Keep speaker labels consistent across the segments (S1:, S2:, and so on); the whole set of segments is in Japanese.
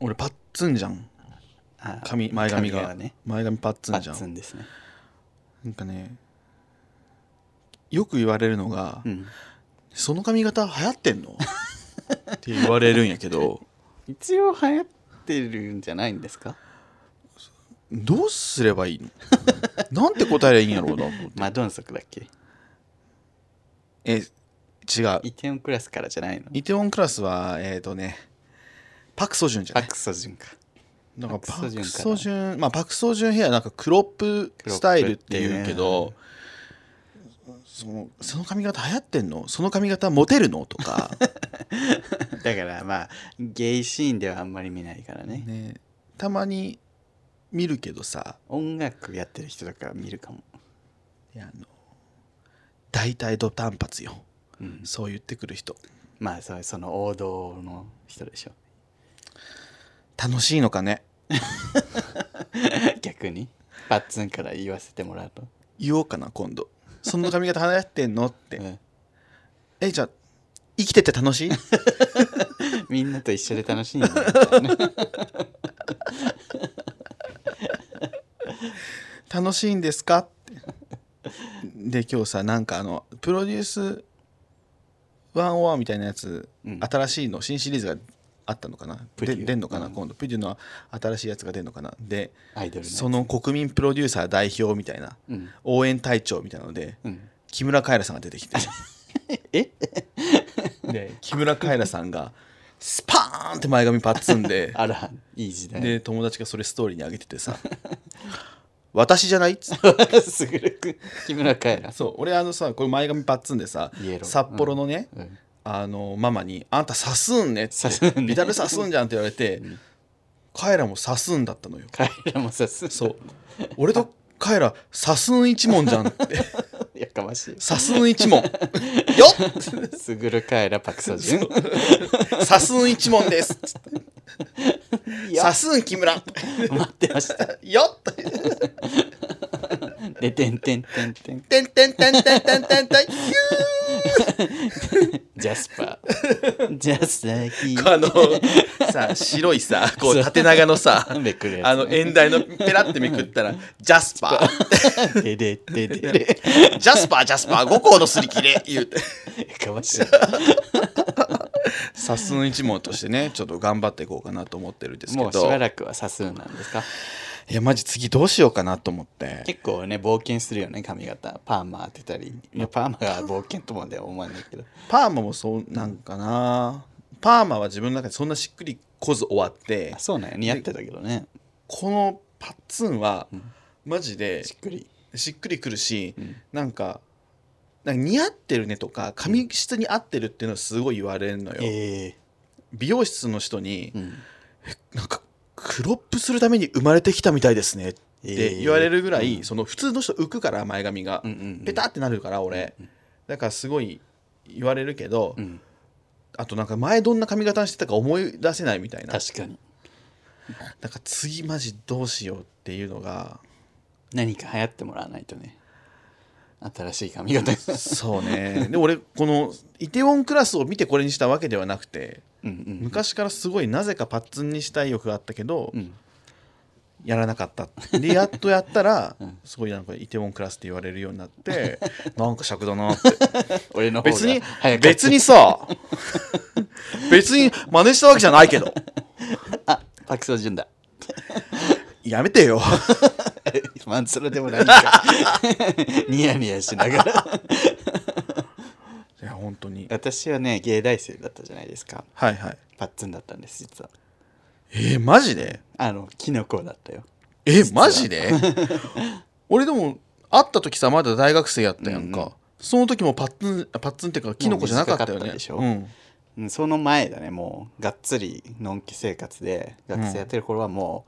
S1: 俺パッツンじゃん
S2: あ
S1: 髪前髪が
S2: はね
S1: 前髪パッツ
S2: パ
S1: ンじ
S2: ッ
S1: ゃ
S2: ツ
S1: ん
S2: ンですね
S1: なんかねよく言われるのが、
S2: うん
S1: その髪型流行って んのって言われるんやけど
S2: 一応流行ってるんじゃないんですか
S1: どうすればいいのなんて答えりゃいいんやろうな と思って
S2: マドンソクだっけ
S1: え違う
S2: イテオンクラスからじゃないの
S1: イテウォンクラスはえっ、とねパク・ソジュンじゃ
S2: パ
S1: ない
S2: クソジュンか
S1: なんか
S2: パ
S1: パ
S2: クソ
S1: ク
S2: ジュンから
S1: ソジュンまあパクソジュンヘアなんかクロップスタイルっていうけどそのその髪型流行ってんのその髪型モテるのとか、
S2: だからまあゲイシーンではあんまり見ないからね
S1: ね、たまに見るけどさ
S2: 音楽やってる人とかは見るかも、
S1: いやあの大体ド短髪よ
S2: うん、
S1: そう言ってくる人
S2: まあそうその王道の人でしょ
S1: 楽しいのかね
S2: 逆にパッツンから言わせてもらうと、
S1: 言おうかな今度その髪型流行ってんのって、
S2: うん
S1: えじゃあ生きてて楽しい
S2: みんなと一緒で楽しいんだ みたいな
S1: 楽しいんですか ってで今日さなんかあのプロデュース101みたいなやつ、
S2: うん
S1: 新しいの新シリーズがあったのかな
S2: プデ
S1: で
S2: ュー
S1: 出んのかな、
S2: うん
S1: 今度プデュの新しいやつが出んのかなで
S2: アイドルの
S1: その国民プロデューサー代表みたいな
S2: うん、
S1: 応援隊長みたいなので
S2: うん、
S1: 木村カエラさんが出てきて
S2: え
S1: で木村カエラさんがスパーンって前髪パッツンで
S2: あらいい時代
S1: で友達がそれストーリーに上げててさ「私じゃない?」っつって
S2: すぐるく木村カエラ、
S1: そう俺あのさこれ前髪パッツンでさ
S2: イエロー
S1: 札幌のね、
S2: うん、
S1: あのママに「あんた刺すんね」っ
S2: 刺
S1: て
S2: すんね
S1: ビタル刺すんじゃん」って言われてカエラも刺すんだったのよ
S2: カエラもさす
S1: そう俺とカエラ刺すん一門じゃんって
S2: やかましい
S1: 刺すん一門よっ
S2: すぐるカエラパクソジュン
S1: 刺すん一門ですつって
S2: いや
S1: 刺すん木村
S2: 待ってました
S1: よっ
S2: でてんてんてんてん
S1: てんてんてんてんてんてんてんヒュー
S2: ジャスパージャスラキ
S1: あのさ白いさこう縦長の さ
S2: めくるやつ
S1: あの縁台のペラってめくったらジャスパー
S2: ーででででで
S1: ジャスパージャスパー5校のすり切れ言うて
S2: やかましい
S1: さすの一門としてねちょっと頑張っていこうかなと思ってるんですけ
S2: もうしば
S1: ど
S2: らくはさすなんですか
S1: いやマジ次どうしようかなと思って
S2: 結構ね冒険するよね髪型パーマ当てたりいやパーマが冒険とまでは思わないけど
S1: パーマもそうなんかなパーマは自分の中でそんなしっくりこず終わって
S2: あそうなんや似合ってたけどね
S1: このパッツンはマジで
S2: しっくり
S1: しっくりくるし、なんかなんか似合ってるねとか髪質に合ってるっていうのはすごい言われるのよ、
S2: ええ
S1: 美容室の人に、
S2: ん
S1: なんかクロップするために生まれてきたみたいですねっ
S2: え
S1: て
S2: ー
S1: 言われるぐらい、その普通の人浮くから前髪が、
S2: うんうんうん
S1: ペタってなるから俺、だからすごい言われるけど、
S2: ん
S1: あとなんか前どんな髪型にしてたか思い出せないみたいな
S2: 確かに
S1: なんか次マジどうしようっていうのが
S2: 何か流行ってもらわないとね新しい 髪型
S1: そうねで俺このイテウォンクラスを見てこれにしたわけではなくて
S2: うんうん
S1: 昔からすごいなぜかパッツンにしたい欲があったけど、
S2: うん
S1: やらなかったでやっとやったら、すごいなんかイテウォンクラスって言われるようにな ってなんか尺だなって
S2: 俺の方が
S1: 別
S2: 早
S1: に
S2: かった
S1: 別に さ別に真似したわけじゃないけど
S2: あパクソジュンだ
S1: やめてよ
S2: マンツロでもな いかニヤニヤしながら
S1: いや本当に
S2: 私はね芸大生だったじゃないですか
S1: はいはい
S2: パッツンだったんです実は
S1: えー、マジで
S2: あのキノコだったよ
S1: えマジで 俺でも会った時さまだ大学生やったやんか、その時もパッツンパッツンっていうかキノコじゃなかったよ
S2: もう短かっ
S1: ね
S2: たでしょ
S1: うん、
S2: うんその前だねもうがっつりのんき生活で学生やってる頃はも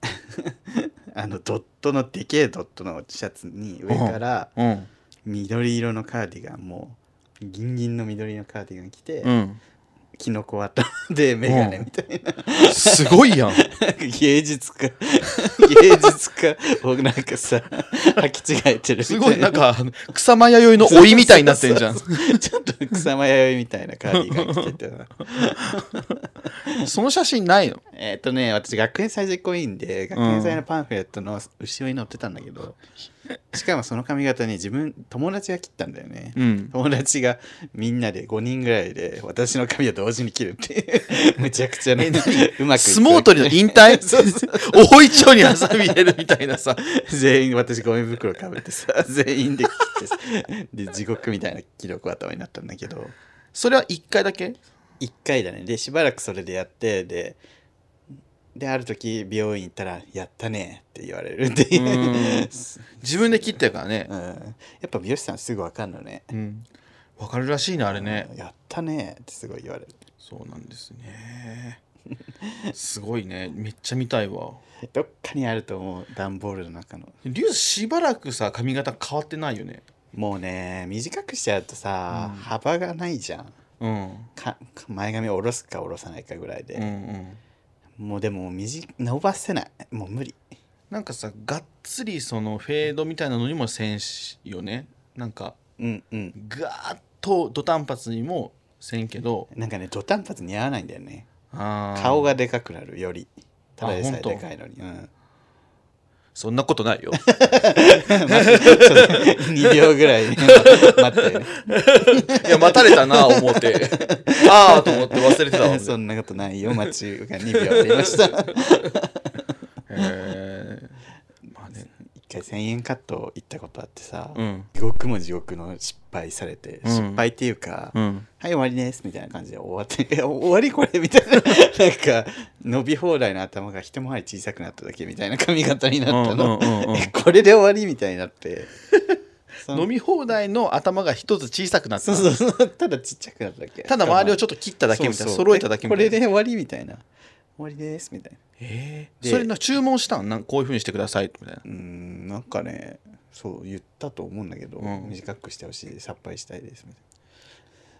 S2: う、 あのドットのでけえドットのシャツに上から
S1: うん
S2: 緑色のカーディガンもうギンギンの緑のカーディガン着て、
S1: うん、
S2: キノコ頭で眼鏡みたいな、
S1: すごいやん
S2: なんか 芸術家芸術家をなんかさ履き違えてるみた
S1: すごい なんかあの草間弥生の老いみたいになってん じゃん
S2: そうそうそうちょっと草間弥生みたいなカーディガン着ててな
S1: その写真ないの
S2: えっとね私学園祭実行委員で学園祭のパンフレットの後ろに載ってたんだけど、しかもその髪型に自分友達が切ったんだよね、
S1: うん
S2: 友達がみんなで5人ぐらいで私の髪を同時に切るっていう むちゃくちゃねうまくいった
S1: 相撲取りの引退
S2: そうそう
S1: 大いちょにハサミ入れるみたいなさ
S2: 全員私ゴミ袋かぶってさ 全員で切ってさ で地獄みたいな記録頭になったんだけど
S1: それは1回だけ
S2: 1回だねでしばらくそれでやってでである時美容院行ったら「やったね」って言われるっていう
S1: う
S2: うん
S1: ん、自分で切ってるから ね、
S2: やっぱ美容師さんすぐ分かんのね
S1: うん、わかるらしいなあれね、
S2: やったねってすごい言われる
S1: そうなんですねすごいねめっちゃ見たいわ
S2: どっかにあると思う段ボールの中の
S1: リュウしばらくさ髪型変わってないよね
S2: もうね短くしちゃうとさ、
S1: うん
S2: 幅がないじゃん
S1: うん
S2: かか前髪下ろすか下ろさないかぐらい
S1: うんう
S2: で、
S1: ん
S2: もうでも短伸ばせないもう無理
S1: なんかさがっつりそのフェードみたいなのにもせんしよねなんか
S2: うんうん
S1: ガーッとド短髪にもせんけど
S2: なんかねド短髪似合わないんだよね
S1: あー
S2: 顔がでかくなるよりただでさ
S1: あほ
S2: え
S1: ん
S2: で
S1: と
S2: かいのに、うん、
S1: そんなことないよ
S2: 2秒ぐら い、ね、待ってね
S1: いや待たれたな思って ああと思って忘れてた わ
S2: そんなことないよ待ちが2秒ありました
S1: へえまあね
S2: 一回1000円カット行ったことあってさ、
S1: うん
S2: 地獄も地獄の失敗されて、
S1: うん
S2: 失敗っていうか、
S1: うん
S2: はい終わりですみたいな感じで終わって え終わりこれみ たいななんか伸び放題の頭が一回り小さくなっただけみたいな髪型になったの、
S1: うんうんうんうん
S2: え これで終わりみたいになって その
S1: 飲み放題の頭が一つ小さくなった
S2: そうそうそうただちっちゃくなっただけ
S1: ただ周りをちょ
S2: ょっ
S1: っと切っただけみたいな揃えただけみ
S2: こ
S1: たいな
S2: れで終わりみたいな終わりですみたいな
S1: えー
S2: で
S1: それの注文したんなんこういうふうにしてくださいみたいな
S2: うーんなんかねそう言ったと思うんだけど、
S1: うん
S2: 短くしてほしいさっぱりしたいですみたいな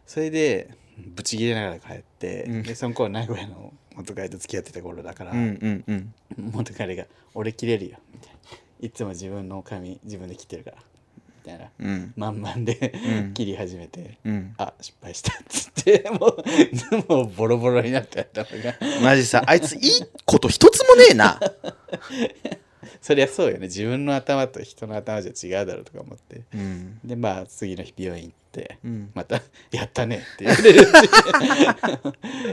S2: それでブチ切れながら帰って、
S1: うん
S2: でその頃名古屋の元彼と付き合ってた頃だから、
S1: うんうんうん
S2: 元彼が「俺切れるよ」みたいな「いつも自分の髪自分で切ってるから」みたいな
S1: うん
S2: 満々で、
S1: うん
S2: 切り始めて。
S1: うん
S2: あ失敗したっつってもうもうボロボロになって頭が
S1: マジさあいついいこと一つもねえな
S2: そりゃそうよね自分の頭と人の頭じゃ違うだろうとか思って
S1: うん
S2: でまあ次の日美容院行って、
S1: うん
S2: また 「やったね」って言われる っ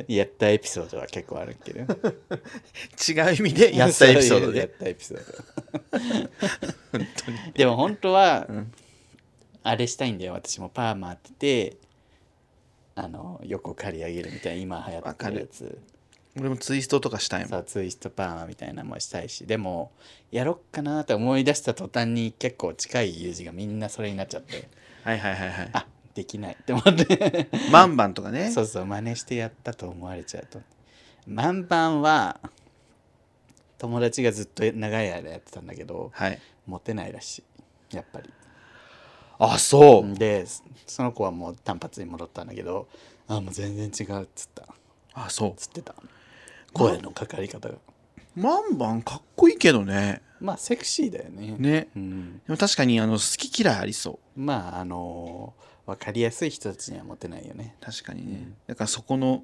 S2: ていうやったエピソードは結構あるけど
S1: 違う意味で やったエピソード
S2: そういうやっ
S1: で
S2: たエピソー ド
S1: 本当に
S2: でも本当は、
S1: ん
S2: あれしたいんだよ私もパーマ当ててあの横刈り上げるみたいな今流行ってるやつ
S1: 俺もツイストとかしたいも
S2: さ
S1: ん
S2: あツイストパーマみたいなのもしたいしでもやろっかなと思い出した途端に結構近い友人がみんなそれになっちゃって
S1: はいはいはいはい
S2: あできないって思って
S1: マンバンとかね
S2: そうそう真似してやったと思われちゃうと満番は友達がずっと長い間やってたんだけど
S1: はい
S2: モテないらしいやっぱり
S1: あそう
S2: でその子はもう単発に戻ったんだけどあもう全然違うっつった
S1: あそ
S2: つってた声のかかり方が
S1: うマンバンかっこいいけどね
S2: まあセクシーだよね
S1: ね
S2: うん、
S1: でも確かにあの好き嫌いありそう
S2: まああのー、分かりやすい人たちにはモテないよね
S1: 確かにね、
S2: うん
S1: だからそこの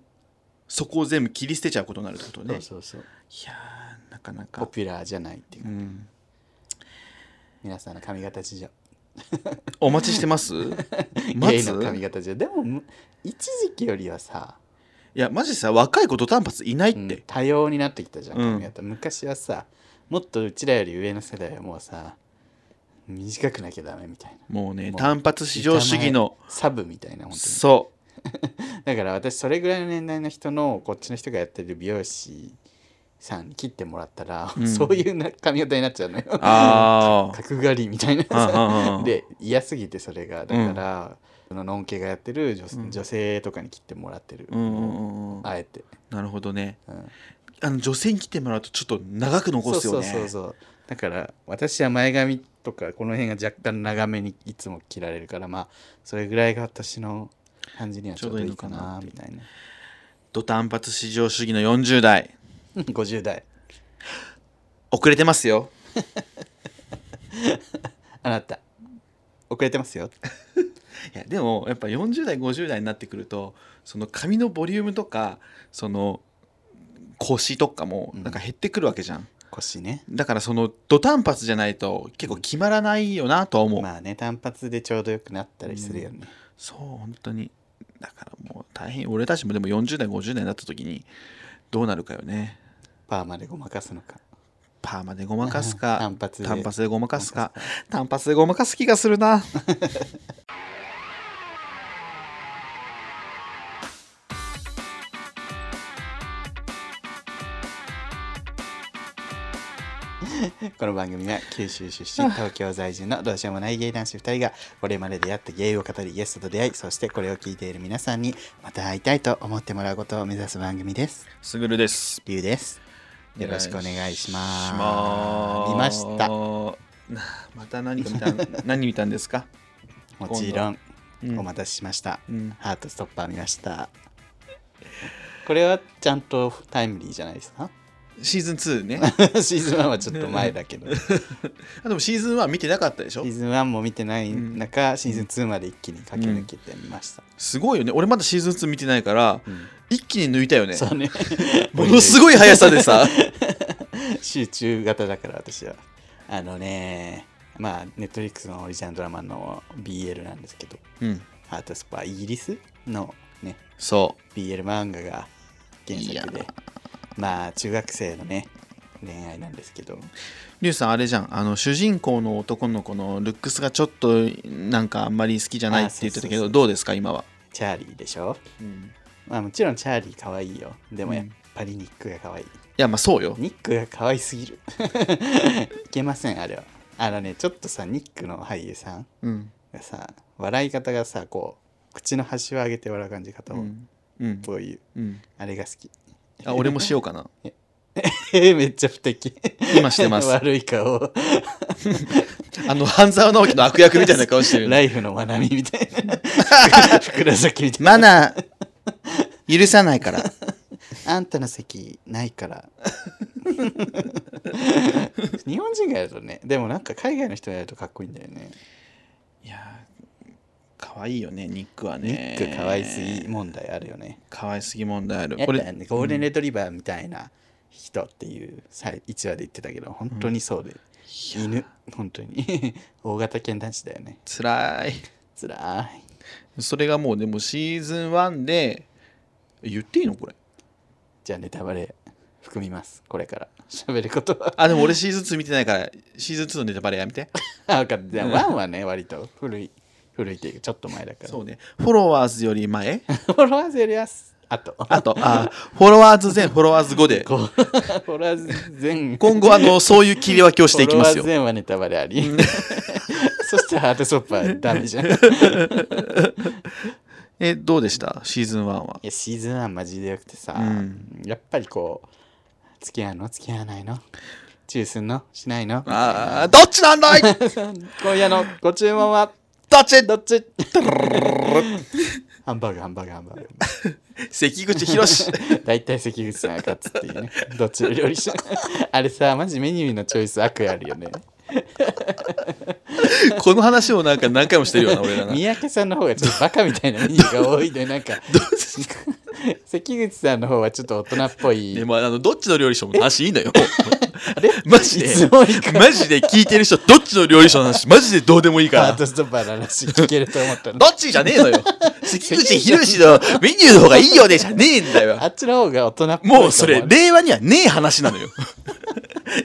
S1: そこを全部切り捨てちゃうことになるってことね
S2: そうそうそう
S1: いやーなかな
S2: ポ
S1: か
S2: ピュラーじゃないってい
S1: う
S2: うか、
S1: ん
S2: 皆さんの髪型事情
S1: お待ちしてます
S2: ゲ
S1: 待
S2: イ
S1: つ
S2: の髪
S1: い
S2: 型じゃでもむ一時期よりはさ、
S1: やマジさ若い子と短髪いないっ
S2: うん
S1: て、
S2: 多様になってきたじゃん
S1: うん
S2: 髪型、昔はさもっとうちらより上の世代はもうさ短くなきゃダメみたいな
S1: もうね
S2: もう
S1: 単発至上主義の
S2: 板前サブみたいな本当
S1: そ
S2: にだから私それぐらいの年代の人のこっちの人がやってる美容師さんに切ってもらったら、
S1: うん
S2: そういうな髪型になっちゃうのよ
S1: うあー
S2: 角刈りみたいなさ
S1: うんうんうん
S2: で嫌すぎてそれがだから、そののんけがやってる女,、女性とかに切ってもらってる、
S1: うんうんうん
S2: あえて、
S1: なるほどね
S2: うん、
S1: あの女性に来てもらうとちょっと長く残すよね
S2: そうそうそうそうだから私は前髪とかこの辺が若干長めにいつも切られるからまあそれぐらいが私の感じにはちょうどいいかなみたいな
S1: ド単発至上主義の40代
S2: 50代
S1: 遅れてますよ
S2: あなた遅れてますよ
S1: いやでもやっぱ40代50代になってくるとその髪のボリュームとかその腰とかもなんか減ってくるわけじゃん、
S2: 腰ね
S1: だからそのド単発じゃないと結構決まらないよなとは思う、
S2: まあね単発でちょうどよくなったりするよね、
S1: そう本当にだからもう大変俺たちもでも40代50代になった時にどうなるかよね
S2: パーまでごまかすのか
S1: パーマでごまかすか
S2: 単発で
S1: 単発でごまかすか単発でごまかす気がするな
S2: この番組は九州出身東京在住のどうしようもないゲイ男子2人がこれまで出会ったゲイを語りゲストと出会いそしてこれを聞いている皆さんにまた会いたいと思ってもらうことを目指す番組です
S1: すぐるです
S2: リュウですよろしくお願いします
S1: します
S2: 見ましたも
S1: なまた何か見た 何見たんですか
S2: ちろん
S1: うん
S2: お待たせしました、
S1: うん
S2: ハートストッパー見ましたこれはちゃんとタイムリーじゃないですか
S1: シーズン2ね
S2: シーズン1はちょっと前だけど
S1: あでもシーズン1見てなかったでし
S2: シ
S1: ょ
S2: ーズン1も見てない中、シーズン2まで一気に駆け抜けてみました、
S1: すごいよね俺まだシーズン2見てないから、
S2: ん
S1: 一気に抜いたよね
S2: そうね
S1: ものすごい速さで さ
S2: 集中型だから私はあのねまあネットリックスのオリジナルドラマの BL なんですけど
S1: うん
S2: ハートスパーイギリスのね
S1: そ
S2: BL 漫画が原
S1: いや
S2: 作でまあ中学生のね恋愛なんですけど
S1: うリュウさんあれじゃんあの主人公の男の子のルックスがちょっとなんかあんまり好きじゃないって言ってたけ
S2: あそうそうそ
S1: ど
S2: う
S1: どうですか今は、
S2: チャーリーでしょまあもちろんチャーリー可愛いよでもやっぱりニックが可愛い
S1: いやまあそうよ
S2: ニックが可愛すぎる いけませんあれはあのねちょっとさニックの俳優さん
S1: うん
S2: がさ笑い方がさこう口の端を上げて笑う感じ方
S1: う
S2: を、
S1: んうん、
S2: こういう
S1: うん、
S2: あれが好き
S1: あ俺もしようかな
S2: めっちゃ不敵
S1: 今してます
S2: 悪い顔
S1: あの半沢直樹の悪役みたいな顔してる
S2: ライフの学びみた いなふくらさきみたい
S1: マナー許さない から
S2: なあんたの席ないから日本人がやるとねでもなんか海外の人がやるとかっこいいんだよね
S1: いや可愛いよねニックは
S2: ニ
S1: ね
S2: ック可愛すぎ問題あるよね
S1: 可愛すぎ問題ある
S2: やっ
S1: こ
S2: ぱ
S1: れ
S2: ねゴールデンレトリバーみたいな人っていう1話で言ってたけど本当にそうで、犬本当に 大型犬男子だよね
S1: つらい
S2: つらい
S1: それがもうでもシーズン1で言っていいのこれ
S2: じゃあネタバレ含みますこれから喋ることは
S1: あでも俺シーズン2見てないからシーズン2のネタバレやめて
S2: あ分かったじゃあワンはね割と古い古いっていうかちょっと前だから
S1: そうねフォロワーズより前
S2: フォロワーズよりはあと
S1: あとあフォロワーズ前フォロワーズ後で
S2: こう フォロワーズ全
S1: 今後あのそういう切り分けをしていきますよ
S2: フォロワーズ全はネタバレあり そしてハートソッパーダメじゃん
S1: えどうでしたシーズン1はい
S2: やシーズン1マジでよくてさ、
S1: ん
S2: やっぱりこう付き合うの付き合わないのチューすんのしないの
S1: あーどっちなんだいど
S2: 今夜のご注文は
S1: っち
S2: ど っちハンバーグハンバーグハンバーグ
S1: 関口宏
S2: 大体関口さんが勝つっていうねどっちの料理師 あれさマジメニューのチョイス悪意あるよね
S1: この話をなんか何回もしてるような俺らな
S2: 三宅さんの方がちょっとバカみたいなメニューが多いでな んか関口さんの方はちょっと大人っぽい
S1: でもあのどっちの料理賞も話いいのよ
S2: れ
S1: マジで
S2: いつの間にか
S1: マジで聞いてる人どっちの料理賞の話マジでどうでもいいか
S2: ハ
S1: ら
S2: ートストッパーの話聞けると思ったの
S1: どっちじゃねえのよ関口宏のメニューの方がいいよねじゃねえんだよ
S2: あっちの方が大人っぽいと思
S1: もうそ れ令和にはねえ話なのよ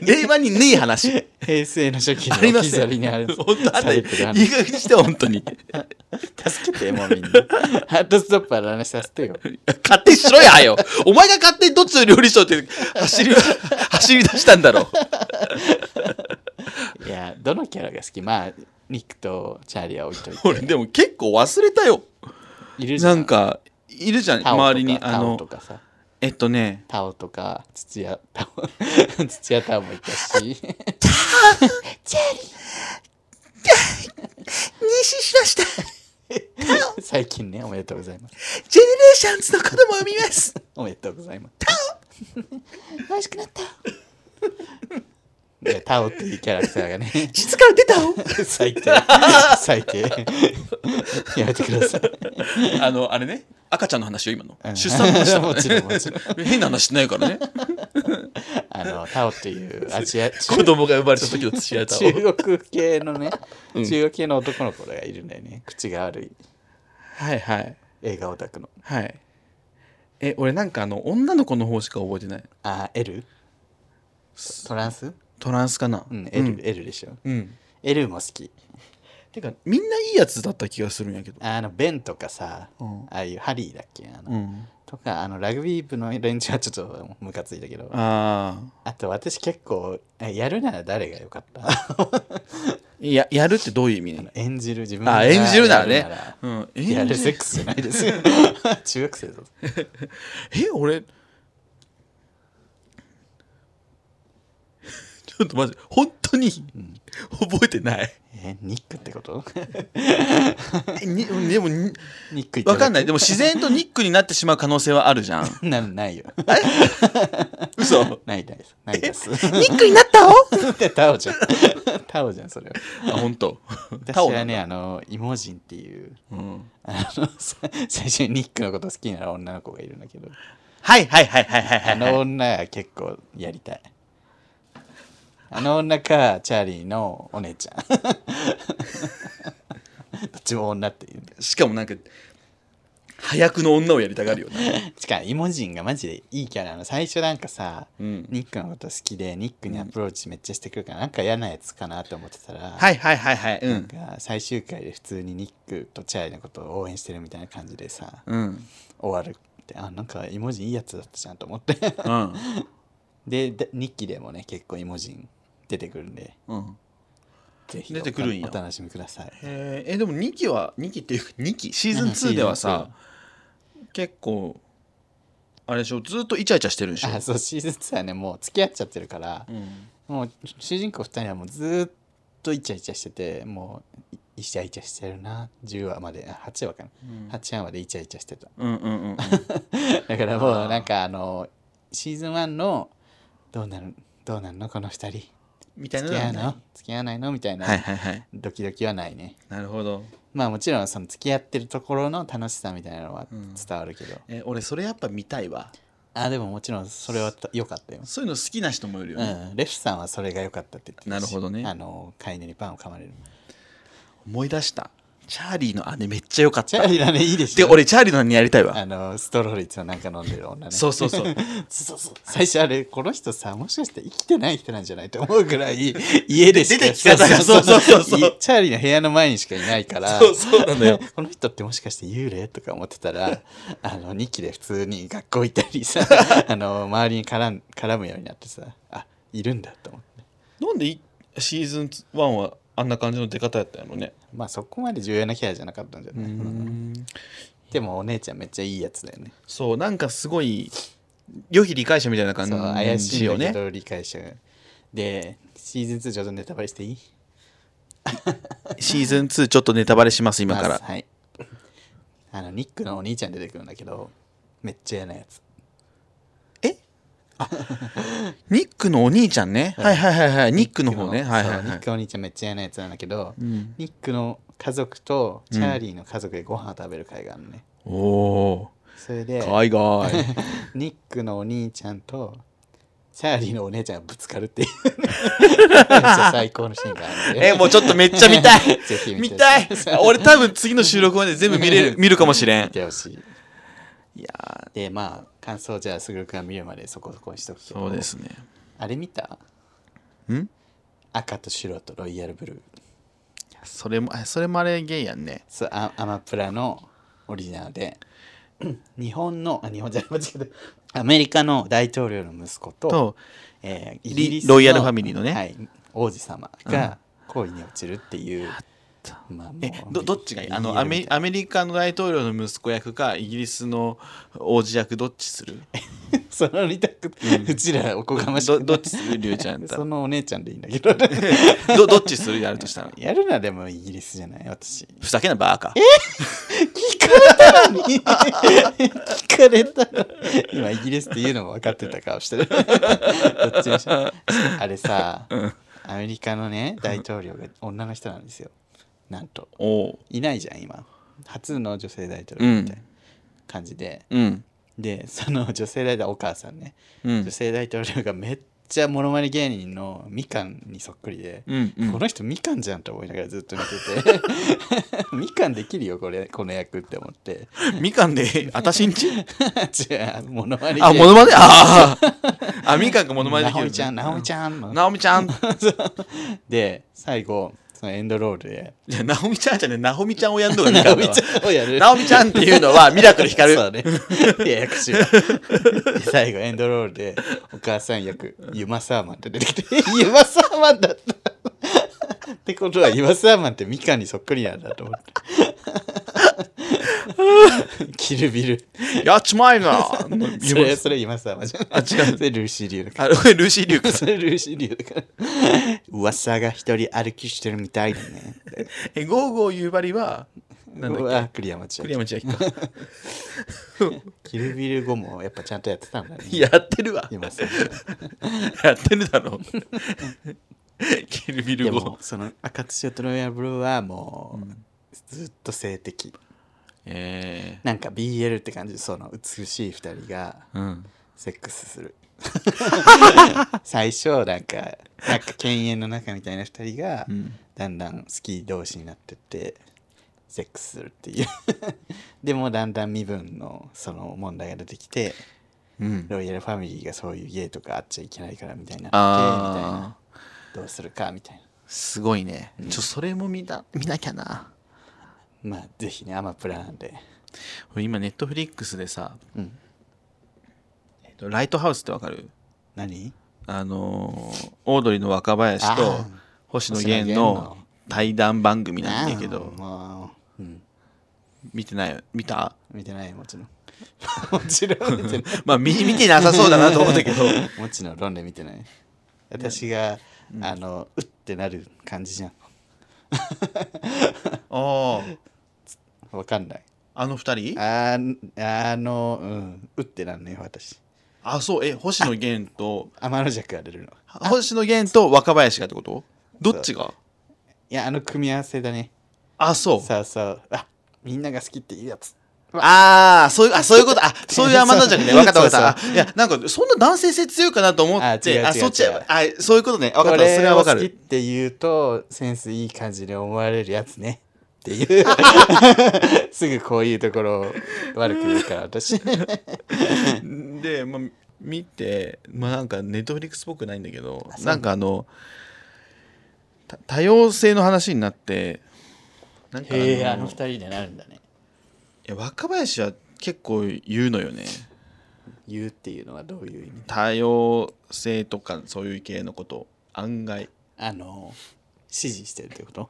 S1: 令和にねえ話
S2: 平成の初期 の
S1: ありま
S2: 置き
S1: す
S2: 去
S1: よ
S2: りにある
S1: 本当 あん
S2: さ
S1: たいい
S2: れてる
S1: 加減
S2: 話
S1: にして本当に
S2: 助けてもうみんな ハートストッパーの話させてよ
S1: 勝手にしろやよお前が勝手にどっちの料理賞って走り走り出したんだろう
S2: いやどのキャラが好きまあニックとチャーリーは置いといて
S1: 俺でも結構忘れたよ
S2: いるじゃ
S1: なんんかいるじゃん
S2: タオとか
S1: 周りにあ
S2: タオ
S1: の
S2: とかさ
S1: えっとね
S2: タオとか土屋タオ 土屋タオもいたし
S1: 妊娠しました
S2: 最近ねおめでとうございます
S1: ジェネレーションズの子供を産みます
S2: おめでとうございますタオ美味しくなったタオっていうキャラクターがね
S1: 質から出たの
S2: 最低 最低やめてください
S1: あのあれね赤ちゃんの話を今の
S2: うん
S1: 出産の話だからね
S2: もちろんもちろ
S1: 変な話してない からね
S2: あのタオっていうアジア中
S1: 子供が生まれた時の土屋太鳳
S2: 中国系のね中国系の男の子がいるんだよね口が悪い
S1: はいはい
S2: 映画オタクの
S1: はいえ俺なんかあの女の子の方しか覚えてない
S2: あ L? トランス
S1: トランスかな
S2: うん、L,、L でしょ
S1: うん
S2: L も好き
S1: てかみんないいやつだった気がするんやけど
S2: あのベンとかさ、
S1: うん
S2: ああいうハリーだっけあの、
S1: うん
S2: とかあのラグビー部の連中はちょっとムカついたけどあ
S1: ああ
S2: と私結構えやるなら誰がよかった
S1: ややるってどういう意味なの
S2: 演じる自分
S1: あ
S2: が
S1: 演じるならね
S2: やるな
S1: うん
S2: らや
S1: 演
S2: る
S1: じ
S2: セックスじゃないで すよ中学生だぞ
S1: え俺ち ょっと待って本当に覚えて ない、
S2: えニックってこと
S1: えにでもに
S2: ニック
S1: わかんないいでも自然とニックになってしまう可能性はある じゃん
S2: なないよ
S1: 嘘あ
S2: ないですないです
S1: ニックになったの
S2: で タオじゃんタオじゃんそれは
S1: あ本当タオ
S2: 私
S1: ルな
S2: は
S1: ん
S2: ねあのイモジンっていう
S1: うん
S2: あのさ最初にニックのこと好きな女の子がいるんだけど
S1: はいはいはいはいはいは
S2: あ
S1: いはい
S2: の女は結構やりたい。あの女か、チャーリーのお姉 ちゃん。どっちも女っていう。
S1: しかもなんか早くの女をやりたがるよな、
S2: しかも、イモジンがマジでいいキャラなの。最初なんかさ、
S1: うん、
S2: ニックのこと好きで、ニックにアプローチめっちゃしてくるから、なんか嫌なやつかなと思ってたら、
S1: はいはいはいはいうん
S2: なんか最終回で普通にニックとチャーリーのことを応援してるみたいな感じでさ、
S1: うん
S2: 終わるって、あ、なんかイモジンいいやつだったじゃんと思って。
S1: うん
S2: で、だ日記でもね、結構イモジン出てくるんで。
S1: うん
S2: ぜひ
S1: 出てくるんや
S2: お楽しみください。
S1: えーえでも2期は2期っていうか2期シーズン2ではさ結構あれでしょずっとイチャイチャしてるんでしょ
S2: あ、そう、シーズン2はね、もう付き合っちゃってるから、
S1: うん
S2: もう主人公2人はもうずーっとイチャイチャしてて、もういイチャイチャしてるな、10話まで、あ8話かな、8話までイチャイチャしてた。
S1: うんうんうんうん
S2: だからもうなんかあの、シーズン1の、どうなる、どうなるのこの2人。
S1: みたい
S2: 付
S1: な
S2: き
S1: のはな
S2: 合う
S1: い
S2: の付き合わないのみたいな、
S1: はいはいはい
S2: ドキドキはないね。
S1: なるほど、
S2: まあもちろんその付き合ってるところの楽しさみたいなのは
S1: うん
S2: 伝わるけど、
S1: えー俺それやっぱ見たいわ
S2: あでももちろんそれはと良かったよ
S1: そういうの好きな人もいるよね、
S2: うん、レフさんはそれが良かったって言ってたし
S1: なるほどね
S2: あの飼い犬にパンを噛まれる
S1: 思い出したチャーリーの姉めっちゃ良かっ
S2: チ
S1: た
S2: ャーリーだねいいでし
S1: で
S2: ょ
S1: 俺チャーリーの姉やりたいわ
S2: あのストローリッツのなんか飲んでる女ね
S1: そうそうそう
S2: そうそう最初あれこの人さもしかして生きてない人なんじゃないと思うぐらい 家でしか
S1: 出てき方がそうそうそうそう
S2: いチャーリーの部屋の前にしかいないから
S1: そうそうなのよ
S2: この人ってもしかして幽霊とか思ってたら あの2期で普通に学校行ったりさ あの周りに絡ん絡むようになってさあいるんだと思って
S1: なんでいシーズン1はあんな感じの出方やったんやろね
S2: まあそこまで重要なキャラじゃなかったんじゃない、でもお姉ちゃんめっちゃいいやつだよね。
S1: そうなんかすごい良き理解者みたいな感
S2: そう
S1: じ
S2: 怪しい
S1: よ
S2: んだ
S1: ね
S2: けど理解者が。で、シーズン2ちょっとネタバレしていい
S1: シーズン2ちょっとネタバレします今から
S2: まずはい。あの、ニックのお兄ちゃん出てくるんだけど、めっちゃ嫌なやつ。
S1: ニックのお兄ちゃんね、はい、はいはいはいニックの方ね
S2: そう
S1: はいはい
S2: ニ
S1: は
S2: ッ
S1: い
S2: クのお兄ちゃんめっちゃ嫌なやつなんだけど、
S1: ん
S2: ニックの家族とチャーリーの家族でご飯を食べる会があるのね。
S1: おお
S2: それで
S1: ー、海外
S2: ニックのお兄ちゃんとチャーリーのお姉ちゃんがぶつかるっていう 最高のシーンがあるんで
S1: えもうちょっとめっちゃ見たい
S2: ぜひ
S1: 見
S2: 見て
S1: たい俺多分次の収録まで全部見れる見るかもしれ
S2: 見
S1: ん
S2: てほ しい。
S1: いやー
S2: で、まあ、感想じゃあ、すぐるくんが見るまでそこそこにしとくけど
S1: そうで。すね
S2: あれ見た
S1: ん
S2: 赤と白とロイヤルブルー。
S1: それもあそれもあれゲイやんね
S2: そうアアマプラのオリジナルで、 日本の、あ、日本じゃない、間違えた。アメリカの大統領の息子と、
S1: と
S2: えー
S1: リ
S2: イギリスの
S1: ロイヤルファミリーのね
S2: はい、王子様が恋に落ちるっていう。まあ、もう
S1: えどどっちがいいあの
S2: BL
S1: アメアメリカの大統領の息子役かイギリスの王子役どっちす る
S2: その二択、うちらおこがまし
S1: ど
S2: く
S1: どっちするりゅうちゃん
S2: そ
S1: と
S2: のお姉ちゃんでいいん だけどね、
S1: どどっちするやるとしたら
S2: やるならでもイギリスじゃない私
S1: ふざけんなバーカ
S2: 聞かれたの今イギリスっていうのも分かってた顔してるどっちにしろあれさ、アメリカのね大統領が女の人なんですよなんと
S1: おう
S2: いないじゃん今初の女性大統領みたいな感じで、
S1: うん
S2: でその女性大統領お母さんね、
S1: うん
S2: 女性大統領がめっちゃモノマネ芸人のみかんにそっくりで、
S1: うんうん
S2: この人みかんじゃんと思いながらずっと見ててみかんできるよこれこの役って思って
S1: みかんであたしんち
S2: 違うモノマネ
S1: あ
S2: 芸
S1: モ
S2: 人
S1: ノマネあ ああみかんがモノマネでき
S2: な
S1: る
S2: おちゃんなおちゃんの
S1: なおみちゃん
S2: で最後そのエンドロールで
S1: いやなおみちゃんじゃねなほみちゃんをやんのがみ
S2: な
S1: か
S2: お
S1: んだわ
S2: ちゃんをやる
S1: なおみちゃんっていうのはミラクル光る
S2: そうね。ややこしいわ。で最後エンドロールでお母さん役、ユマサーマンって出てきて、ユマサーマンだったってことはユマサーマンってみかんにそっくりなんだと思って。キルビル。
S1: やっちまえな
S2: それ、それユマサーマンじゃない。
S1: あ違う
S2: それルーシー流だか
S1: あルーシー・リュウ
S2: ら。
S1: か
S2: それルーシー流だから。噂が一人歩きしてるみたいだね。
S1: えゴーゴー夕張はなんだっ
S2: だっけ栗山ち
S1: け
S2: ゃん
S1: 栗。山千明か
S2: キルビル後もやっぱちゃんとやってたんだね。
S1: やってるわ
S2: ユマサーマン。
S1: やってるだろ キルビ
S2: で
S1: ル
S2: も
S1: ゴ
S2: その赤土色とロイヤルブルーはもう、ずっと性的
S1: え
S2: なんか BL って感じその美しい二人が
S1: えうん
S2: セックス する最初なんかなんか犬猿の中みたいな二人が、
S1: ん
S2: だんだん好き同士になってってセックスするっていう でもだんだん身分のその問題が出てきて
S1: うん
S2: ロイヤルファミリーがそういうゲイとかあっちゃいけないからみたいになってみたい
S1: あ
S2: な
S1: あ
S2: どうするかみたいな
S1: すごいねちょそれも見た見なきゃな
S2: まあぜひねアマプラなんで
S1: 今ネットフリックスでさ
S2: うん
S1: えっとライトハウスってわかる
S2: 何
S1: あのーオードリーの若林と
S2: あー
S1: 星野
S2: 星野
S1: 源
S2: 源
S1: の
S2: の
S1: 対談番組なんだけ
S2: あ
S1: ど
S2: ーもう、うん、
S1: 見てないよ見た
S2: 見てないもちろん もちろん見てない
S1: まあ見見てなさそうだなと思ったけど
S2: もちろん論で見てない私が、あのうってなる感じじゃん
S1: あ
S2: わかんない
S1: ああの二人
S2: あーあのうんうってなんね私
S1: あそうえ星野源と
S2: 天の弱が出るの
S1: 星野源と若林がってことどっちが
S2: いやあの組み合わせだね
S1: あそう
S2: そうそうあみんなが好きっていいやつ
S1: ああ、そういう、あ、そういうこと、あ、そういう甘なんじゃね。わかったわかった。
S2: そ
S1: あいや、なんか、そんな男性性強いかなと思っ
S2: あ違う
S1: て、
S2: 違う
S1: あ、そっち
S2: 違う
S1: は、あ、そういうことね。わかった、それはわか
S2: これを好
S1: る
S2: き。って言うとセンスいい感じで思われるやつねって いうすぐこういうところを悪く言うから私
S1: で、まあ、見て、まあ、なんか、ネットフリックスっぽくないんだけど、なんか、あの、た多様性の話になって、なんかあの、
S2: へえあの二
S1: い
S2: 人でなるんだね
S1: や若林は結構言うのよね。
S2: 言うっていうのはどういう意味
S1: 多様性とか、そういう系のこと、案外。
S2: あの支持してるってこと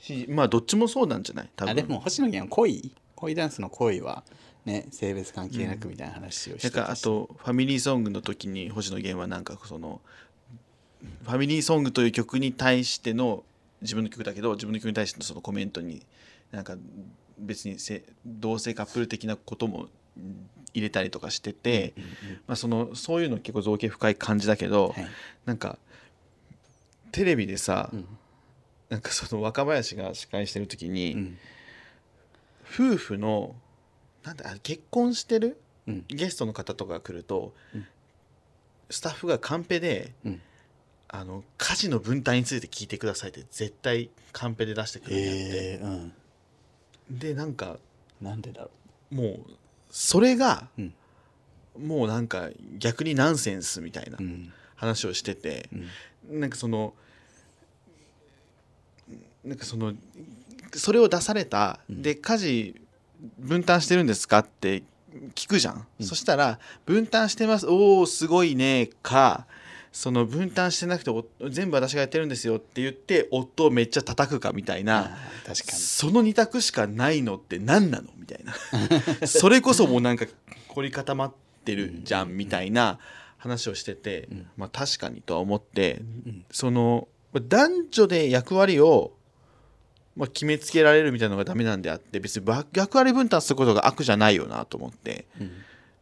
S1: しまあ、どっちもそうなんじゃない多分
S2: あでも星野源は恋恋ダンスの恋はね性別関係なくみたいな話をし
S1: な
S2: て
S1: んか
S2: た
S1: あ
S2: し
S1: とファミリーソングの時に星野源はなんかそのファミリーソングという曲に対しての自分の曲だけど自分の曲に対してのそのコメントになんか別にせ同性カップル的なこともうん入れたりとかしてて、まあ、そのそういうの結構造形深い感じだけど、
S2: はい
S1: なんかテレビでさ、
S2: ん
S1: なんかその若林が司会してる時に、
S2: うん
S1: 夫婦のなんだあ結婚してる
S2: うん
S1: ゲストの方とかが来ると、スタッフがカンペで、
S2: うん
S1: あの家事の分担について聞いてくださいって絶対カンペで出してくるんだって、
S2: えーうん
S1: でなんか
S2: なんでだろ
S1: もうそれが、
S2: うん
S1: もうなんか逆にナンセンスみたいな
S2: ううん
S1: 話をしてて、
S2: うん
S1: なんかそのなんかそのそれを出された、で家事分担してるんですかって聞くじゃん、そしたら「分担してますおおすごいね」かその分担してなくてお全部私がやってるんですよって言って夫をめっちゃ叩くかみたい
S2: あ
S1: な、
S2: ー確かに
S1: その二択しかないのって何なのみたい なそれこそもうなんか凝り固まってるじゃんみたいな話をしてて、まあ、確かにとは思って、そのまあ男女で役割を、まあ、決めつけられるみたいなのがダメなんであって別にば役割分担することが悪じゃないよなと思って、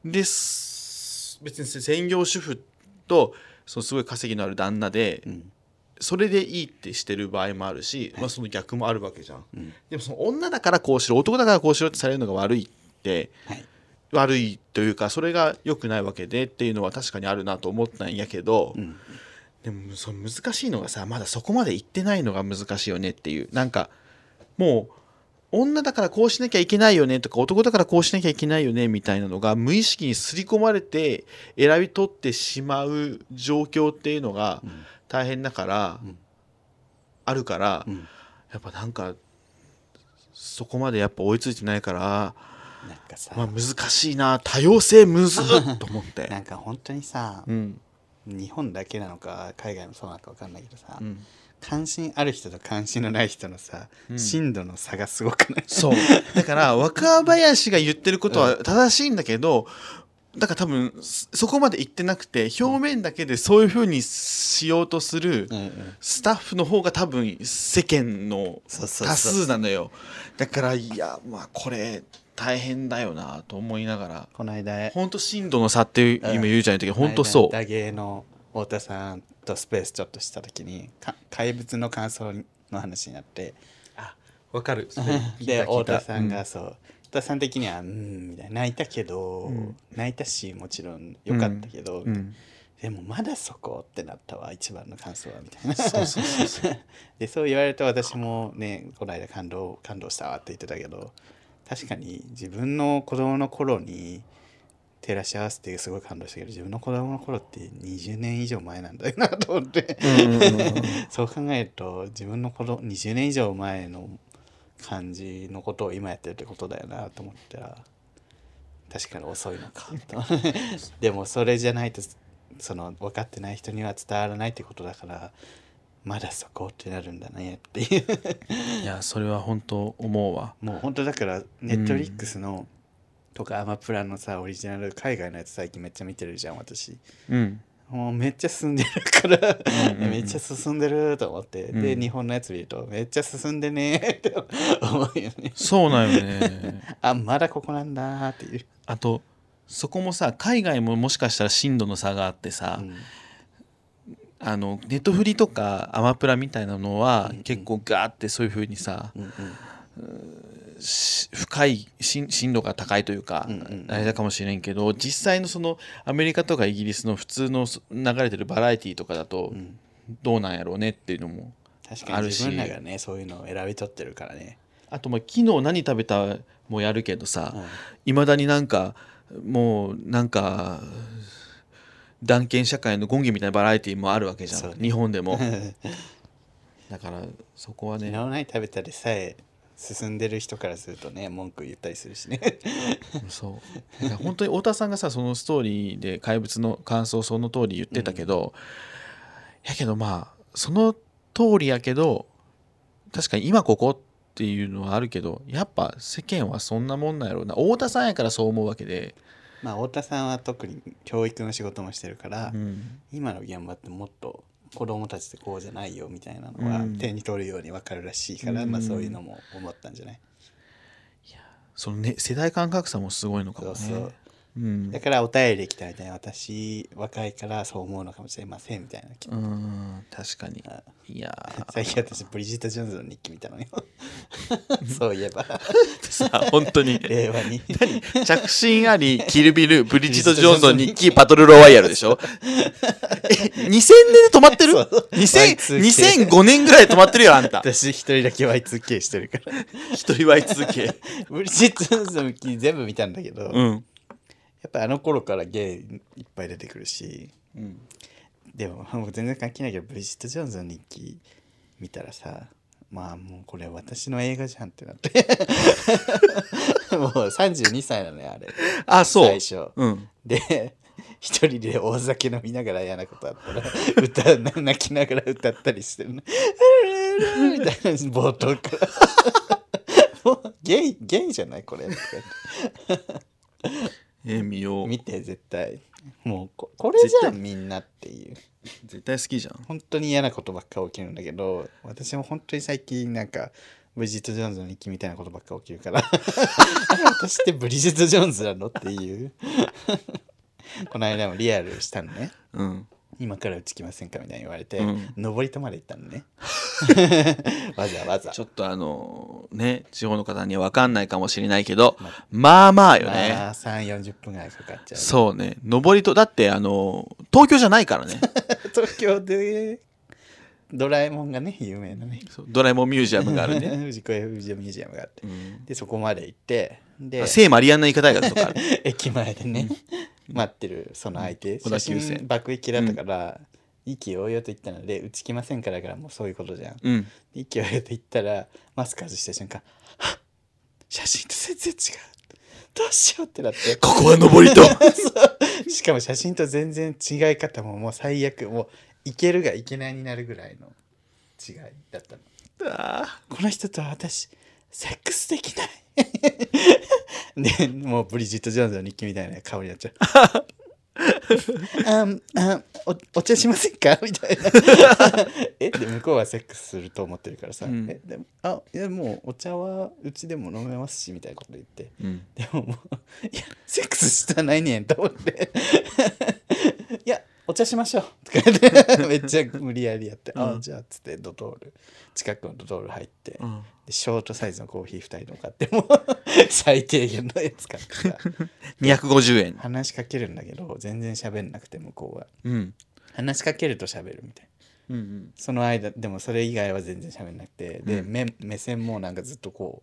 S1: です別に専業主婦とそのすごい稼ぎのある旦那で、
S2: うん
S1: それでいいってしてる場合もあるし、まあ、その逆もあるわけじゃん、
S2: うん
S1: でもその女だからこうしろ男だからこうしろってされるのが悪いって、
S2: はい
S1: 悪いというかそれが良くないわけでっていうのは確かにあるなと思ったんやけど、
S2: うん
S1: でもその難しいのがさまだそこまで行ってないのが難しいよねっていうなんかもう女だからこうしなきゃいけないよねとか男だからこうしなきゃいけないよねみたいなのが無意識に刷り込まれて選び取ってしまう状況っていうのが
S2: うん
S1: 大変だから、
S2: うん
S1: あるから、
S2: うん
S1: やっぱなんかそこまでやっぱ追いついてないから、
S2: なんかさ、
S1: まあ、難しいな多様性むずっと思っ
S2: な
S1: て。
S2: んか本当にさ
S1: う、ん
S2: 日本だけなのか海外もそうなのか分かんないけどさ、
S1: うん、
S2: 関心ある人と関心のない人のさ、
S1: うん
S2: 深度の差がすごくない
S1: そう。だから、若林が言ってることは正しいんだけど、だから多分、そそこまで言ってなくて、表面だけでそういうふうにしようとする
S2: うんうん
S1: スタッフの方が多分、世間の
S2: そうそうそう
S1: 多数なのよ。だから、いや、まあ、これ、大変だよなと思いながら、
S2: この間
S1: ほんと震度の差っていう、
S2: うん
S1: 今言うじゃないとき、ほんとそ
S2: この間ダゲーの太田さんとスペースちょっとした時にか怪物の感想の話になって
S1: う。わか る。
S2: で太田さん
S1: う
S2: がそう、太田さん的には「うん」みたいな泣いたけど、
S1: うん
S2: 泣いたしもちろん良かったけど、
S1: うん。
S2: でもまだそこってなったわ一番の感想はみたいな
S1: そうそうそうそう。
S2: でそう言われると私もねこの間感動感動したわって言ってたけど確かに自分の子供の頃に照らし合わせてすごい感動したけど自分の子供の頃って20年以上前なんだよなと思って
S1: うんうんうんうん
S2: そう考えると自分の子供20年以上前の感じのことを今やってるってことだよなと思ったら確かに遅いのかと でもそれじゃないとその分かってない人には伝わらないってことだからまだそこってなるんだねっていう
S1: いや、それは本当思うわ。
S2: もう本当だからネットフリックスのとかアマプラのさオリジナル海外のやつ最近めっちゃ見てるじゃん私
S1: うん。
S2: もうめっちゃ進んでるから
S1: うんうんうん
S2: めっちゃ進んでると思ってで
S1: うん
S2: 日本のやつ見るとめっちゃ進んでねーって思うよね
S1: そうなんよね。
S2: あまだここなんだーっていう、
S1: あとそこもさ海外ももしかしたら震度の差があってさ、
S2: うん
S1: あのネットフリとかアマプラみたいなのは
S2: うんうん
S1: 結構ガーってそういう風にさ、
S2: うんうん
S1: し深いしん震度が高いというか、
S2: うんうんうん
S1: あれだかもしれんけど実際のそのアメリカとかイギリスの普通のそ流れてるバラエティとかだと
S2: うん
S1: どうなんやろうねっていうのも
S2: 確
S1: あ
S2: かに
S1: るし
S2: 自分らがねそういうのを選び取ってるからね、
S1: あとまあ昨日何食べたもやるけどさ、
S2: うん
S1: いまだになんかもうなんか断権社会の権義みたいなバラエティーもあるわけじゃん、
S2: そうね
S1: 日本で も
S2: 昨
S1: だからそこは
S2: 日
S1: ね
S2: 何食べたりさえ進んでる人からするとね文句言ったりするしね
S1: そうだから本当に太田さんがさそのストーリーで怪物の感想をその通り言ってたけど、やけどまあその通りやけど確かに今ここっていうのはあるけどやっぱ世間はそんなもんなんやろうな太田さんやからそう思うわけで、
S2: まあ太田さんは特に教育の仕事もしてるから、
S1: うん
S2: 今の現場ってもっと子供たちってこうじゃないよみたいなのは
S1: うん
S2: 手に取るように分かるらしいから、
S1: うん
S2: まあそういうのも思ったんじゃない、
S1: そのね世代間格差もすごいのか
S2: そ
S1: も
S2: う
S1: ね。
S2: そう
S1: うん
S2: だからお便りできたみたいな私若いからそう思うのかもしれませんみたいな
S1: うーん確かに
S2: あ
S1: いやー
S2: 最近私ブリジット・ジョーンズの日記見 たのよそういえば
S1: さ 本当に
S2: 令和に
S1: 着信ありキルビルブリジット・ジョーンズン日記パトルロワイヤルでし ょえ2000年で止まってる
S2: そう
S1: 2000
S2: Y2K
S1: 2005年ぐらいで止まってるよあ んた
S2: 私一人だけ Y2K してるから
S1: 一人 Y2K
S2: ブリジット・ジョーンズの日記全部見たんだけど、
S1: うん、
S2: やっぱあの頃からゲイいっぱい出てくるし
S1: うん、
S2: でももう全然関係ないけどブリジット・ジョーンズの日記見たらさまあもうこれ私の映画じゃんってなって もう32歳なのよあれ
S1: あそう
S2: 最初
S1: うん
S2: で 一人で大酒飲みながら嫌なことあったら歌うな泣きながら歌ったりしてる ねみたいな冒頭からもうゲイゲイじゃないこれとか言って
S1: えー見よう
S2: 見て絶対もうここれじゃんみんなっていう
S1: 絶対好きじゃん
S2: 本当に嫌なことばっか起きるんだけど私も本当に最近なんかブリジット・ジョーンズの日記みたいなことばっか起きる からあれ私ってブリジット・ジョーンズなのっていうこの間もリアルしたのね
S1: うん
S2: 今からうち来ませんかみたいに言われて、
S1: うん
S2: 登り戸まで行ったの ねわざわざ
S1: ちょっとあのね地方の方には分かんないかもしれないけど
S2: ま
S1: まあまあよ
S2: ま
S1: ね
S2: あ3 4 0分ぐらいかかっちゃう
S1: そうね上りとだってあの東京じゃないから ね
S2: 東京でドラえもんがね有名なね
S1: そうドラえもんミュージアムがあるね、
S2: 藤子 F ミュージアムがあって
S1: うん
S2: でそこまで行ってで
S1: 聖マリアンナ言い方がとかある
S2: 駅前でね、待ってるその相手
S1: 小田急線
S2: 写真爆撃だったから、意気揚々と言ったので「うち来ませんから」だからもうそういうことじゃん
S1: うん
S2: 意気揚々と言ったらマスク外した瞬間はっ「写真と全然違うどうしよう」ってなって
S1: ここは上 りと
S2: そうしかも写真と全然違い方ももう最悪もういけるがいけないになるぐらいの違いだったの
S1: あ
S2: この人とは私セックスできない でもうブリジット・ジョーンズの日記みたいな顔になっちゃう あんあんおお茶しません かみたいなえで向こうはセックスすると思ってるからさ「
S1: うん
S2: えでもあいやもうお茶はうちでも飲めますし」みたいなこと言って
S1: ーうん
S2: でももう「いやセックスしたないねん」と思って 「いやお茶しましょう」とか言って めっちゃ無理やりやって「あ
S1: うん
S2: じゃあ」っつってドトール近くのドトール入って、
S1: うん
S2: でショートサイズのコーヒー2人の買っても う最低限のやつ買ってさ
S1: 250円
S2: 話しかけるんだけど全然喋んなくて向こうは
S1: うん
S2: 話しかけると喋るみたいな
S1: うんうん
S2: その間でもそれ以外は全然喋んなくてで、
S1: うん
S2: 目目線もなんかずっとこ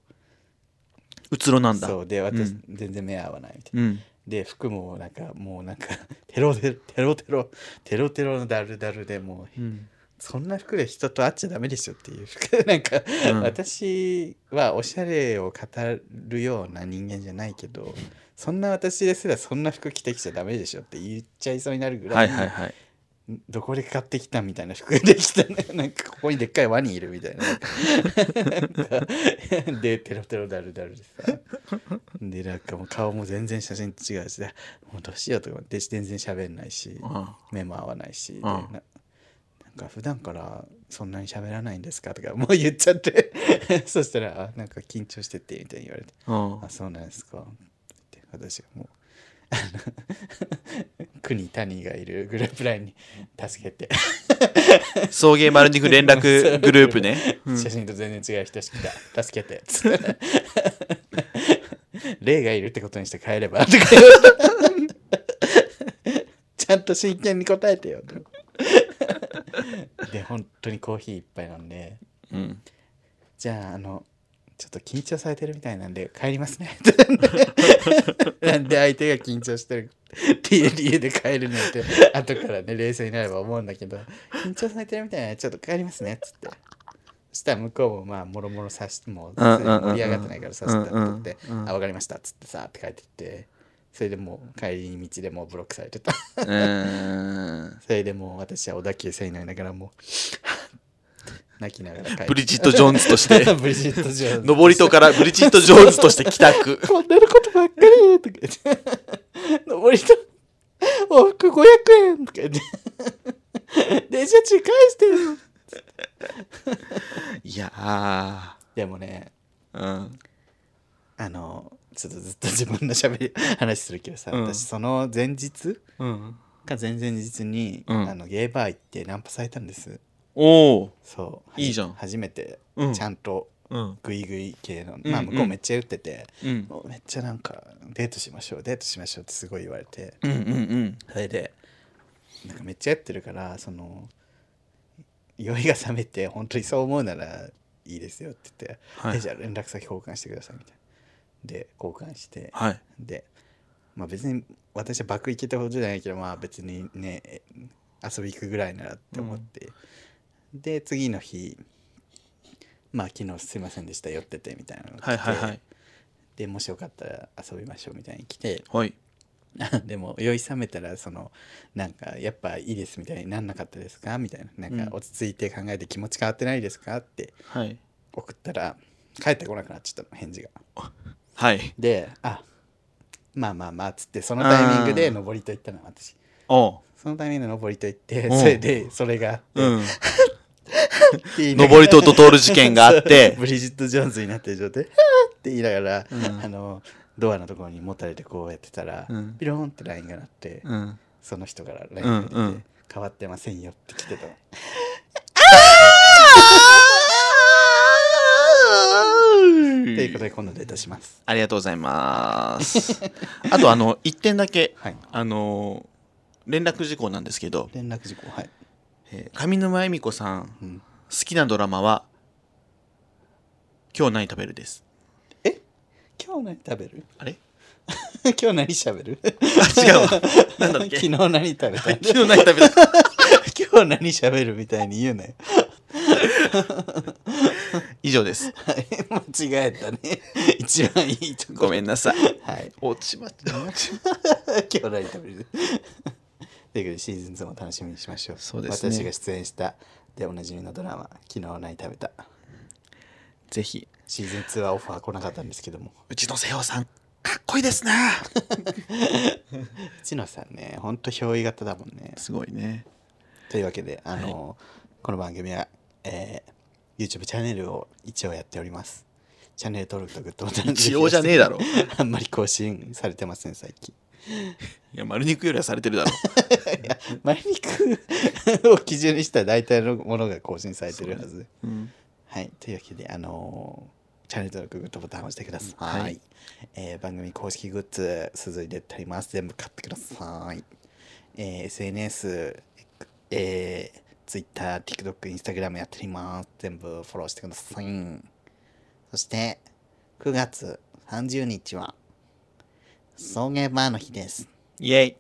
S1: うつろな
S2: うん
S1: だ
S2: そうで
S1: う
S2: 私、
S1: ん
S2: 全然目合わないみたいな。
S1: うん
S2: で服もなんかもうなんかテロテロテロテロテロテロのダルダルでもう
S1: うん
S2: そんな服で人と会っちゃダメでしょっていう服 なんか、
S1: うん
S2: 私はおしゃれを語るような人間じゃないけどそんな私ですらそんな服着てきちゃダメでしょって言っちゃいそうになるぐ
S1: は
S2: らい
S1: いはいはい
S2: どこで買ってきたみたいな服できたね なんかここにでっかいワニいるみたいななんかでテロテロダルダルでさでなんかもう顔も全然写真と違うしでもうどうしようとか思って全然喋んないし
S1: あ
S2: 目も合わないしで
S1: ん
S2: ななんか普段からそんなに喋らないんですかとか もう言っちゃってそしたらあなんか緊張しててみたいに言われて
S1: あうん
S2: あそうなんですかって私がもう あの 国谷がいるグループラインに助けて、
S1: 送迎丸肉連 絡グループねうん
S2: 写真と全然違う人しか来た助けて つって霊がいるってことにして帰ればと か言うちゃんと真剣に答 えてよとで本当にコーヒー一杯なんで
S1: うん
S2: じゃああのちょっと緊張されてるみたいなんで帰りますね なんで相手が緊張してるっていう理由で帰るなんて後からね冷静になれば思うんだけど緊張されてるみたいなんでちょっと帰りますねっつってそしたら向こうもまあもろもろさしてもう
S1: うんうんうんうん
S2: 盛り上がってないからさしてたって
S1: うんうんうん
S2: あ分かりましたっつってさって帰ってきてそれでもう帰りに道でもうブロックされてた
S1: うーん
S2: それでもう私は小田急線に乗りながらもう 泣きながら帰って
S1: ブリジット・ジョーンズとして
S2: ブリジット・ジョーンズ
S1: 上り戸からブリジット・ジョーンズとして帰宅
S2: こんなことばっかりとか言って、登りと、往復500円とか言って、電車中返してよ。
S1: いやー
S2: でもね、
S1: うん
S2: あの、ちょっとずっと自分の喋り、話するけどさ、
S1: うん
S2: 私その前日
S1: うん
S2: か前々日に、
S1: うん
S2: あのゲイバー行ってナンパされたんです。
S1: おお
S2: そう。
S1: いいじゃん
S2: 初めて、
S1: うん
S2: ちゃんと
S1: うん
S2: グイグイ系の、
S1: うん
S2: まあ向こうめっちゃ打ってて、
S1: うん
S2: もうめっちゃなんか、デートしましょう、デートしましょうってすごい言われて。
S1: うんうん
S2: それでなんかめっちゃやってるからその酔いが覚めて本当にそう思うならいいですよって言って、
S1: はい
S2: えじゃあ連絡先交換してくださいみたいなで交換して
S1: はい
S2: でまあ別に私は爆行けたことじゃないけどまあ別にねえ遊び行くぐらいならって思って、で次の日まあ昨日すいませんでした寄っててみたいなのが来て
S1: はいはいはい
S2: でもしよかったら遊びましょうみたいに来て、
S1: はい
S2: でも酔い覚めたらそのなんかやっぱいいですみたいになんなかったですかみたいななん
S1: うん
S2: か落ち着いて考えて気持ち変わってないですかって
S1: はい
S2: 送ったら帰ってこなくなっちゃったの返事が。
S1: はい
S2: であまあまあまあっつってそのタイミングで登りと行ったの私
S1: おう
S2: そのタイミングで登りと行って
S1: うん
S2: それでそれがあって
S1: うん
S2: って言いながら
S1: 上り戸ドトール事件があって
S2: ブリジット・ジョーンズにな ってる状態「はぁって言いながら、あのドアのところにもたれてこうやってたら、
S1: うん
S2: ピローンってラインが鳴って。
S1: うん
S2: その人から LINE が出て、
S1: うんうん
S2: 変わってませんよって来てたのということで今度でいたします
S1: ありがとうございます。あとあの一点だけ、
S2: はい
S1: あの連絡事項なんですけど、
S2: 連絡事項はい、
S1: えー上沼恵美子さん
S2: うん、
S1: 好きなドラマは今日何食べるです。
S2: 今日何食べる
S1: あれ？
S2: 今日何しゃべる
S1: あ違う わ。なんだっけ
S2: 昨日？何 食べた
S1: 昨日何食べた？
S2: 今日何しゃべるみたいに言うなよ
S1: 以上です。
S2: はい間違えたね 一番いいとこ
S1: ごめんなさい。
S2: はい
S1: 落ちました。
S2: 今日何食べる ということでシーズン2も楽しみにしましょう
S1: そうですね
S2: 私が出演したでおなじみのドラマ「昨日何食べた
S1: ぜひ」
S2: シーズン2はオファー来なかったんですけども
S1: うちの瀬尾さんかっこいいですね。
S2: 知野さんねほんと憑依型だもんね
S1: すごいね。
S2: というわけであの、この番組は、えー YouTube チャンネルを一応やっておりますチャンネル登録とグッドボタン
S1: 一応じゃねえ だろ
S2: あんまり更新されてません最 近
S1: いや丸肉よりはされてるだろう。
S2: いや毎日を基準にしたら大体のものが更新されてるはず、
S1: うん
S2: はいというわけであのーチャンネル登録グッドボタンを押してください、
S1: はい
S2: えー番組公式グッズ続いてっております全部買ってください、えー SNS えー Twitter、TikTok、Instagram やっております。全部フォローしてください。そして、9月30日は、送迎バーの日です。
S1: イエイ。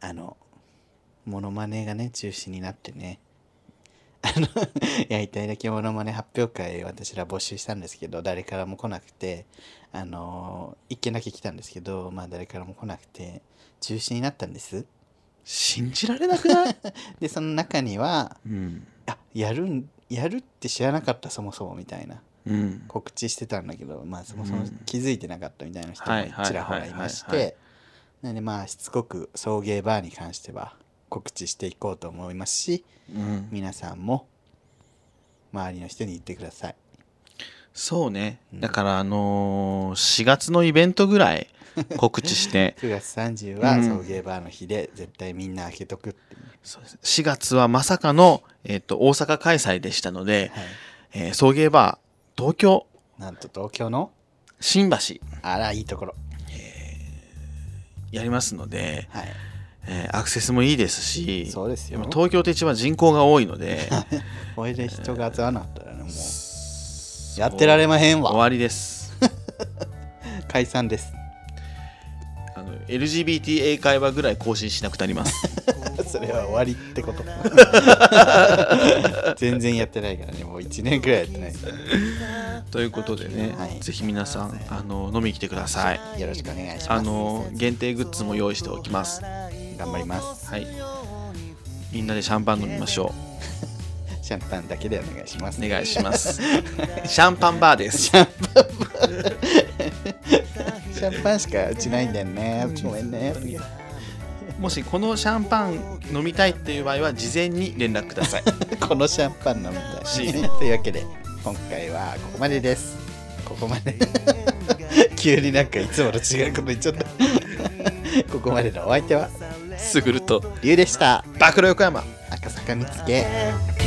S2: あの、モノマネがね、中止になってね。 あの、やりたいだけモノマネ発表会私ら募集したんですけど、誰からも来なくて、あの、一件だけ来たんですけど、まあ誰からも来なくて、中止になったんです。
S1: 信じられなくない？
S2: で、その中には、
S1: うん
S2: あ、やるん、やるって知らなかったそもそもみたいな
S1: うん。
S2: 告知してたんだけど、まあそもそうも
S1: ん
S2: 気づいてなかったみたいな人
S1: は
S2: も
S1: いはい
S2: ちらほらいまし
S1: はいはいは
S2: て、なんでまあしつこく送迎バーに関しては告知していこうと思いますし、
S1: うん
S2: 皆さんも周りの人に言ってください。
S1: そうね、
S2: うん
S1: だからあのー4月のイベントぐらい告知して
S2: 9月30は
S1: うん
S2: 送迎バーの日で絶対みんな開けとくっていう。
S1: そうです4月はまさかの、えっと大阪開催でしたので、
S2: はい、
S1: えー送迎バー東京
S2: なんと東京の
S1: 新橋
S2: あらいいところ。
S1: やりますので、
S2: はい。
S1: えーアクセスもいいですし
S2: そうですよ
S1: やっぱ東京って一番人口が多いので
S2: これで人が集まらなかったらねもう
S1: そう
S2: やってられまへん
S1: 終
S2: わ。
S1: わりです
S2: 解散です。
S1: あの LGBT 英会話ぐらい更新しなくなります
S2: それは終わりって こと全然やってないからねもう1年くらいやってない
S1: ということでね、
S2: はい
S1: ぜひ皆さんあの飲みに来てください
S2: よろしくお願いします
S1: あの限定グッズも用意しておきます
S2: 頑張ります
S1: はいみんなでシャンパン飲みましょ
S2: シャンパンだけでお願いします
S1: うお願いします シャンパンバーです
S2: シャンパンしかうちないんだよねごめんね
S1: もしこのシャンパン飲みたいっていう場合は事前に連絡ください
S2: このシャンパン飲みたいというわけで今回はここまでですここまで急になんかいつもと違うこと言っちゃったここまでのお相手は
S1: すぐると
S2: リュウでした
S1: 暴露横山
S2: 赤坂見つけ
S3: 「